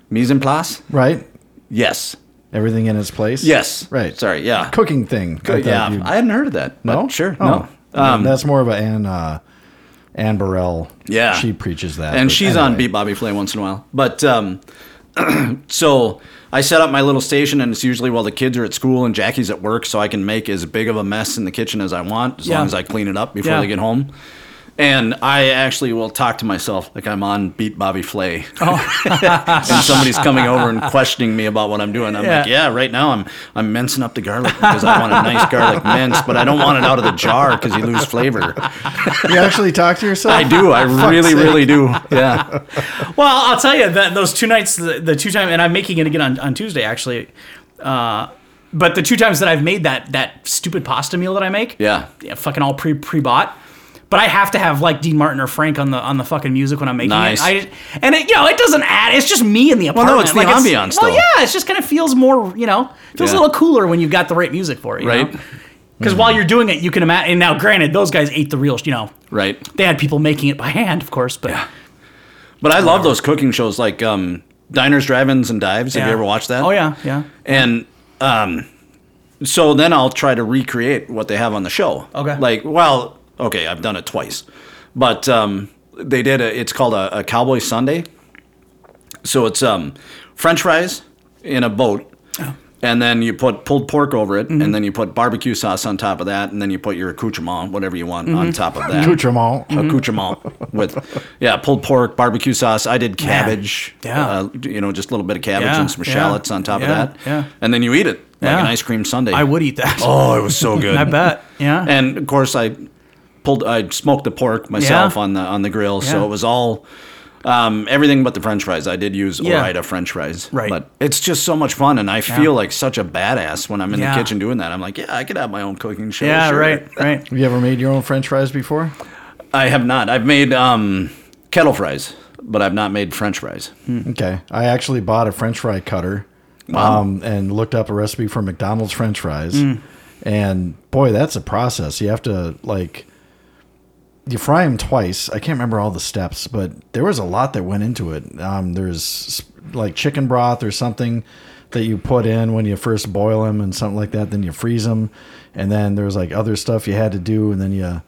Mise en place? right? Yes. Everything in its place. Yes. Right. Sorry. Yeah. Cooking thing. I thought yeah. you- I hadn't heard of that. but no. Sure. Oh. No. Um, That's more of a Anne uh, Anne Burrell. Yeah. She preaches that. and but she's on anyway. Beat Bobby Flay once in a while. But um, so I set up my little station, and it's usually while the kids are at school and Jackie's at work, so I can make as big of a mess in the kitchen as I want, as Yeah. long as I clean it up before Yeah. they get home. And I actually will talk to myself like I'm on Beat Bobby Flay. Oh. and somebody's coming over and questioning me about what I'm doing. I'm like, Yeah. yeah, right now I'm I'm mincing up the garlic because I want a nice garlic mince, but I don't want it out of the jar because you lose flavor. You actually talk to yourself. I do. I really, really do. Yeah. Well, I'll tell you that those two nights, the, the two time, and I'm making it again on, on Tuesday actually. Uh, but the two times that I've made that that stupid pasta meal that I make, Yeah. yeah, fucking all pre pre bought. But I have to have like Dean Martin or Frank on the on the fucking music when I'm making Nice. it. I, and it, you know, it doesn't add. It's just me in the no, apartment. it's the ambiance, Well, though. yeah, it just kind of feels more. You know, feels Yeah. a little cooler when you've got the right music for it. You Right. Because while you're doing it, you can imagine. And now, granted, those guys ate the real. You know, right? they had people making it by hand, of course. But But I love those cooking shows like um, Diners, Drive-Ins, and Dives. Have Yeah. you ever watched that? oh yeah, yeah. And um, so then I'll try to recreate what they have on the show. Okay. Like, well, okay, I've done it twice, but um, they did a. It's called a, a Cowboy Sunday. So it's um, French fries in a boat. Oh. And then you put pulled pork over it, Mm-hmm. and then you put barbecue sauce on top of that, and then you put your accoutrement, whatever you want, Mm-hmm. on top of that Accoutrement. accoutrement with yeah pulled pork barbecue sauce i did cabbage Yeah. uh, you know just a little bit of cabbage Yeah, and some yeah, shallots on top yeah, of that yeah. and then you eat it like Yeah. an ice cream sundae I would eat that. oh it was so good I bet. Yeah. and of course i pulled i smoked the pork myself Yeah. on the on the grill Yeah. so it was all um, everything but the french fries i did use Yeah. orida french fries Right. but it's just so much fun and i feel like such a badass when i'm in Yeah. the kitchen doing that i'm like yeah i could have my own cooking show yeah. sure. Right. Right. Have you ever made your own French fries before? I have not. I've made um, kettle fries, but I've not made French fries. Okay. I actually bought a French fry cutter um, and looked up a recipe for McDonald's French fries. And boy, that's a process. You have to, like, you fry them twice. I can't remember all the steps, but there was a lot that went into it. Um, there's like chicken broth or something that you put in when you first boil them and something like that. Then you freeze them, and then there's like other stuff you had to do, and then you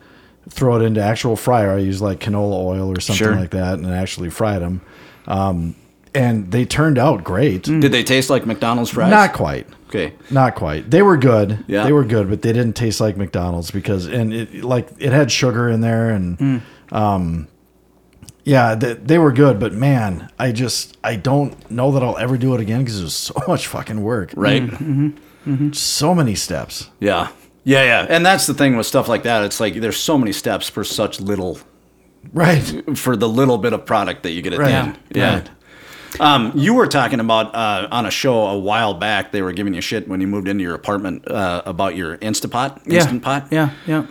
throw it into actual fryer. I use like canola oil or something Sure. like that, and actually fried them. Um, and they turned out great. Did they taste like McDonald's fries? Not quite. okay. Not quite. They were good. Yeah. They were good, but they didn't taste like McDonald's because and it like it had sugar in there and Mm. um yeah, they, they were good, but man, I just I don't know that I'll ever do it again because it was so much fucking work. Right. So many steps. Yeah. Yeah, yeah. And that's the thing with stuff like that. It's like there's so many steps for such little, Right. for the little bit of product that you get at Right. the end. Yeah. Right. Um, you were talking about uh, on a show a while back. They were giving you shit when you moved into your apartment uh, about your Instant Pot. Instant Pot. Yeah. Yeah.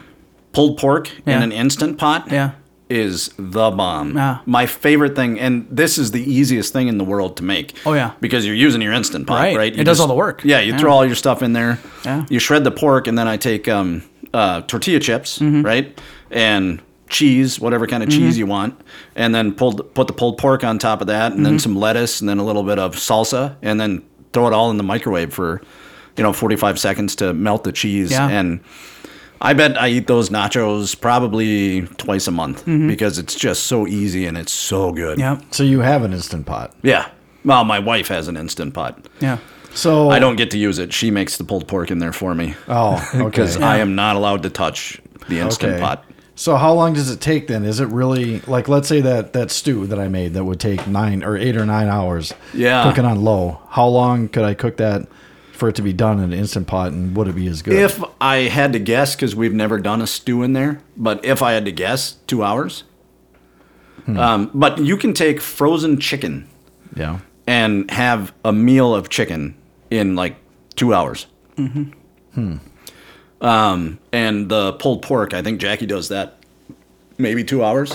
pulled pork Yeah. in an instant pot Yeah. Ah. is the bomb. Yeah. My favorite thing, and this is the easiest thing in the world to make. Oh, yeah. because you're using your instant pot, Right. right? It does all the work. Yeah, you Yeah. throw all your stuff in there. Yeah. You shred the pork, and then I take um, uh, tortilla chips, Mm-hmm. right, and cheese, whatever kind of cheese you want, and then pulled put the pulled pork on top of that, and then Mm-hmm. some lettuce, and then a little bit of salsa, and then throw it all in the microwave for. You know, 45 seconds to melt the cheese Yeah. and I bet I eat those nachos probably twice a month Mm-hmm. because it's just so easy and it's so good. Yeah. So you have an instant pot. Yeah. Well, my wife has an instant pot. Yeah. So I don't get to use it. She makes the pulled pork in there for me Oh, okay. because I am not allowed to touch the instant Okay. pot. So how long does it take then? Is it really like let's say that that stew that I made that would take nine or eight or nine hours, Yeah. cooking on low. How long could I cook that for it to be done in an instant pot, and would it be as good? If I had to guess, because we've never done a stew in there, but if I had to guess, two hours. Hmm. Um, but you can take frozen chicken yeah, and have a meal of chicken in like two hours. Mm-hmm. Um, and the pulled pork, I think Jackie does that maybe two hours,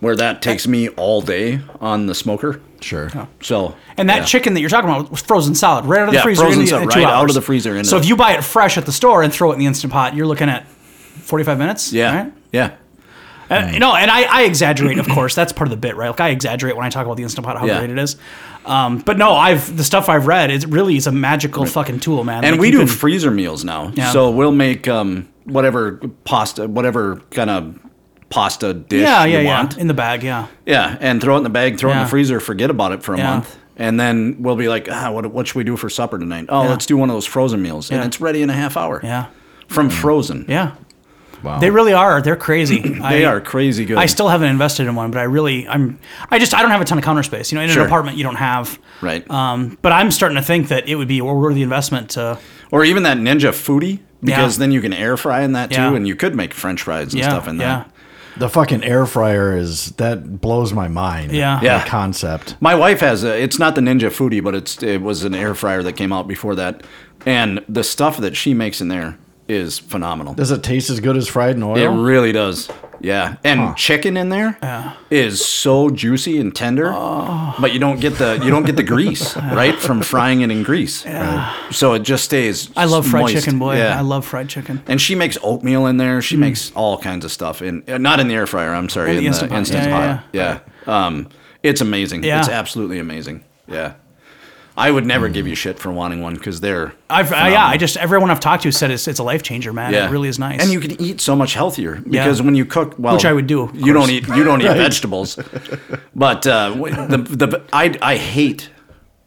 where that takes me all day on the smoker. sure. So And that yeah. chicken that you're talking about was frozen solid, right out of the Yeah, freezer. frozen in the- solid, in two right out hours. of the freezer into So if the- you buy it fresh at the store and throw it in the instant pot, you're looking at 45 minutes. yeah, Mm. Right? yeah, Uh, you know, and I, I exaggerate, of course. That's part of the bit, right? Like I exaggerate when I talk about the instant pot, how Yeah. great it is. Um, but no, I've the stuff I've read. It really is a magical fucking tool, man. and Like, we you do can- freezer meals now. Yeah. So we'll make um, whatever pasta, whatever kind of pasta dish yeah, yeah, you yeah, want. in the bag, yeah. Yeah, and throw it in the bag, throw it in Yeah. the freezer, forget about it for a Yeah. month. And then we'll be like, ah, what, what should we do for supper tonight? Oh, Yeah. let's do one of those frozen meals. Yeah. And it's ready in a half hour. Yeah. From frozen. Yeah. Wow. They really are. They're crazy. They are crazy good. I still haven't invested in one, but I really, I'm, I just, I don't have a ton of counter space. You know, in Sure. an apartment, you don't have. Right. Um, but I'm starting to think that it would be a worthy investment to. or even that Ninja Foodie, because Yeah. then you can air fry in that too. Yeah. And you could make french fries and Yeah, stuff in yeah. that. The fucking air fryer is that blows my mind. Yeah. the Yeah. concept. My wife has a. It's not the Ninja Foodie, but it's it was an air fryer that came out before that, and the stuff that she makes in there is phenomenal. Does it taste as good as fried in oil? It really does. Yeah, and chicken in there is so juicy and tender, Oh. but you don't get the you don't get the grease right from frying it in grease. So it just stays. I love fried moist. chicken, boy. Yeah. I love fried chicken. And she makes oatmeal in there. She makes all kinds of stuff in uh, not in the air fryer. I'm sorry, in, In the the Instant instant, Pot. Yeah, pot. Yeah, Um, it's amazing. Yeah. It's absolutely amazing. Yeah, I would never give you shit for wanting one because they're I've I, yeah, I just everyone I've talked to said it's, it's a life changer, man. yeah, It really is nice. And you can eat so much healthier because when you cook, well, Which I would do, of You course. don't eat you don't eat vegetables, but uh, w- the the I I hate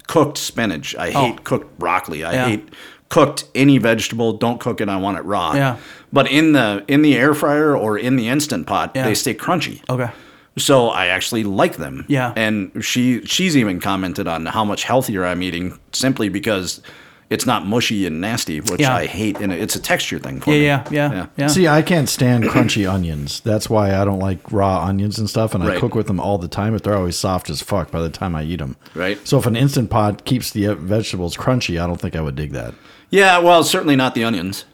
cooked spinach. I hate cooked broccoli. I Oh. Yeah. hate cooked any vegetable. Don't cook it. I want it raw. Yeah. But in the in the air fryer or in the instant pot, Yeah. they stay crunchy. okay. So I actually like them. Yeah. And she she's even commented on how much healthier I'm eating simply because it's not mushy and nasty, which Yeah. I hate, and it's a texture thing for Yeah, me. yeah, yeah, yeah. Yeah. See, I can't stand crunchy onions. That's why I don't like raw onions and stuff. And I Right. cook with them all the time, but they're always soft as fuck by the time I eat them. Right. So if an instant pot keeps the uh, vegetables crunchy, I don't think I would dig that. Yeah, well, certainly not the onions.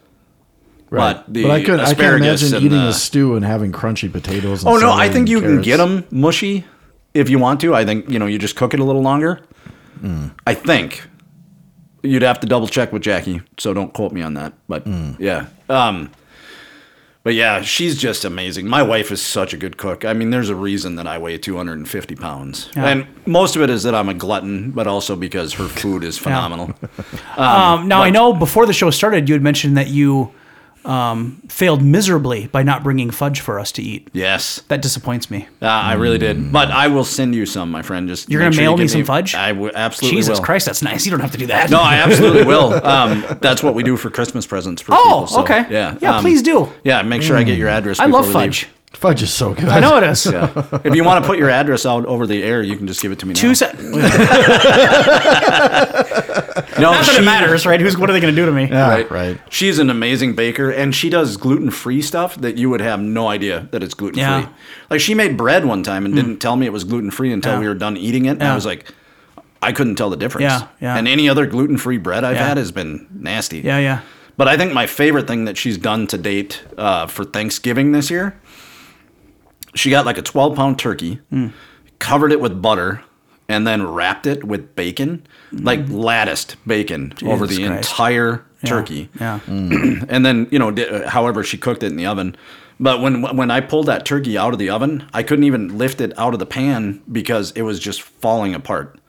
But the I could. I can't asparagus imagine and eating the- a stew and having crunchy potatoes. And Oh no, celery I think and you can get carrots. them mushy if you want to. I think you know you just cook it a little longer. Hmm. I think you'd have to double check with Jackie, so don't quote me on that. But Hmm. yeah, um, but yeah, she's just amazing. My wife is such a good cook. I mean, there's a reason that I weigh 250 pounds, and most of it is that I'm a glutton, but also because her food is phenomenal. Um, now I know before the show started, you had mentioned that you um, failed miserably by not bringing fudge for us to eat. Yes. That disappoints me. Uh, I really did, but I will send you some, my friend. Just Hmm. You're make gonna sure you mail get me some fudge? I w- absolutely Jesus will. Christ, that's nice. You don't have to do that. No, I absolutely will. Um, that's what we do for Christmas presents for Oh, people. so, okay. Yeah, Yeah, um, please do. Yeah, make sure I get your address. I before love we leave. fudge. Fudge is so good. I know it is. Yeah. If you want to put your address out over the air, you can just give it to me now. Two se- no, Not that it matters, right? Who's what are they going to do to me? Yeah, Right. right. She's an amazing baker, and she does gluten free stuff that you would have no idea that it's gluten free. Yeah. Hmm. Like she made bread one time and didn't tell me it was gluten free until Yeah. we were done eating it. And Yeah. I was like, I couldn't tell the difference. Yeah, yeah. And any other gluten free bread I've Yeah. had has been nasty. Yeah, yeah. But I think my favorite thing that she's done to date uh, for Thanksgiving this year, she got like a 12 pound turkey, covered it with butter, and then wrapped it with bacon, like latticed bacon over Mm-hmm. Jesus the Christ. entire turkey. Yeah. and then, you know, di- uh, however she cooked it in the oven. But when when I pulled that turkey out of the oven, I couldn't even lift it out of the pan because it was just falling apart.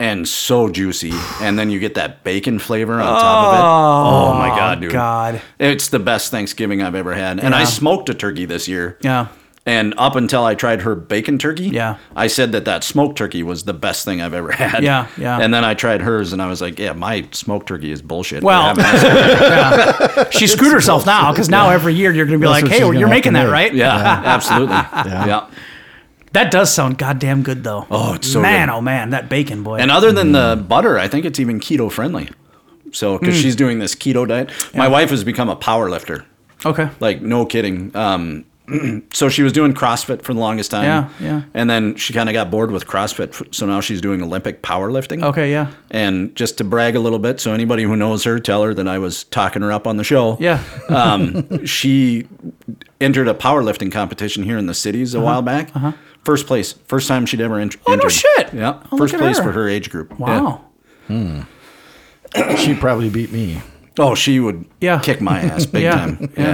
And so juicy, and then you get that bacon flavor on top of it. Oh my god, dude! God. It's the best Thanksgiving I've ever had. And I Yeah. smoked a turkey this year. Yeah. And up until I tried her bacon turkey, Yeah. I said that that smoked turkey was the best thing I've ever had. Yeah, yeah. And then I tried hers, and I was like, "Yeah, my smoked turkey is bullshit." Well- I haven't- She screwed herself now because now every year you're going to be That's like, what hey, she's gonna you're have making to that, make. right? yeah, absolutely. Yeah. Yeah. That does sound goddamn good, though. Oh, it's so Man, good. oh, man, that bacon, boy. And other than Mm. the butter, I think it's even keto friendly. So, because she's doing this keto diet, my wife has become a power lifter. okay. Like, no kidding. Um, so she was doing CrossFit for the longest time. Yeah, yeah. And then she kind of got bored with CrossFit, so now she's doing Olympic powerlifting. Okay, yeah. And just to brag a little bit, so anybody who knows her, tell her that I was talking her up on the show. Yeah. um, she entered a powerlifting competition here in the cities a while back. First place, first time she'd ever entered. Uh-huh. Oh, no shit. Yeah, Oh, look first at place her. for her age group. Yeah. Wow. She probably beat me. Oh, she would Yeah. kick my ass big Yeah, time. yeah.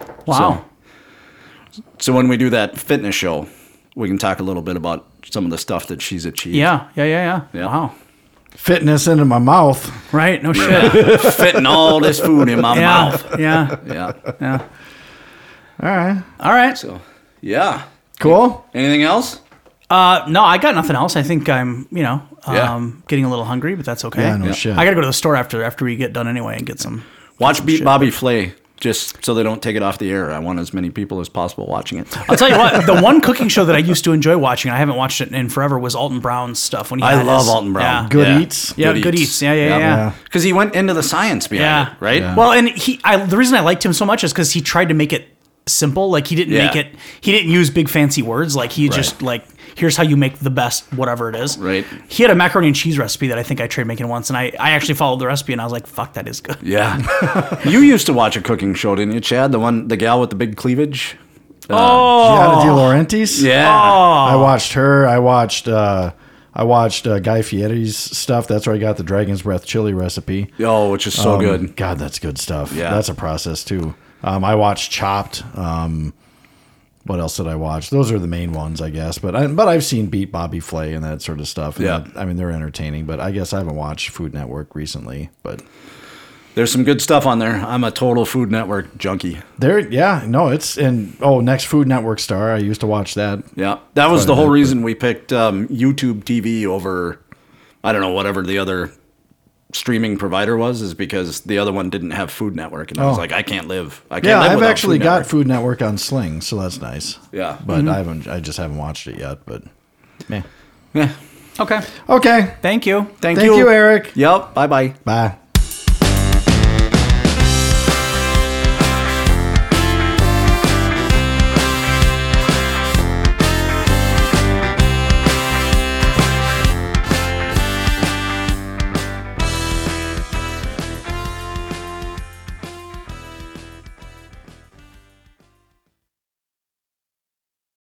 Yeah. Wow. So when we do that fitness show, we can talk a little bit about some of the stuff that she's achieved. yeah, yeah, yeah, yeah. Yeah. Wow. Fitness into my mouth. Right? No shit. Fitting all this food in my yeah. mouth. Yeah. Yeah. Yeah. All right. All right. So, yeah. Cool. Anything else? Uh, no, I got nothing else. I think I'm, you know, um, Yeah. getting a little hungry, but that's okay. Yeah, no shit. I gotta go to the store after after we get done anyway and get some. Watch Beat Bobby Flay just so they don't take it off the air. I want as many people as possible watching it. I'll tell you what, the one cooking show that I used to enjoy watching, I haven't watched it in forever, was Alton Brown's stuff. When he I had love his- Alton Brown. Yeah. Good eats. Yeah, good eats. Yeah, yeah, yeah. Because he went into the science behind Yeah. it, right? Well, and he, I, the reason I liked him so much is because he tried to make it simple. Like he didn't Yeah. make it, he didn't use big fancy words. Like he just like, here's how you make the best, whatever it is. Right. He had a macaroni and cheese recipe that I think I tried making once, and I, I actually followed the recipe, and I was like, fuck, that is good. yeah. you used to watch a cooking show, didn't you, Chad? The one, the gal with the big cleavage. Gianna De Laurentiis. Yeah. I watched her. I watched. Uh, I watched uh, Guy Fieri's stuff. That's where I got the Dragon's Breath chili recipe. Oh, which is so Um, good. God, that's good stuff. Yeah. That's a process too. Um, I watched Chopped. Um, what else did I watch? Those are the main ones, I guess. But I, but I've seen Beat Bobby Flay and that sort of stuff. And Yeah. that- I mean, they're entertaining, but I guess I haven't watched Food Network recently. But There's some good stuff on there. I'm a total Food Network junkie. there, yeah, no, it's and oh, next Food Network star. I used to watch that. Yeah, that was Quite the a whole bit, but- reason we picked um, YouTube TV over, I don't know, whatever the other streaming provider was, is because the other one didn't have Food Network, and I was Oh. like, I can't live. I can't Yeah, live I've without actually Food got Network. Food Network on Sling, so that's nice. Yeah. but I haven't. I just haven't watched it yet. But meh. Yeah. Okay. Okay. Thank you. Thank, Thank you, Eric. Yep. Bye bye. Bye.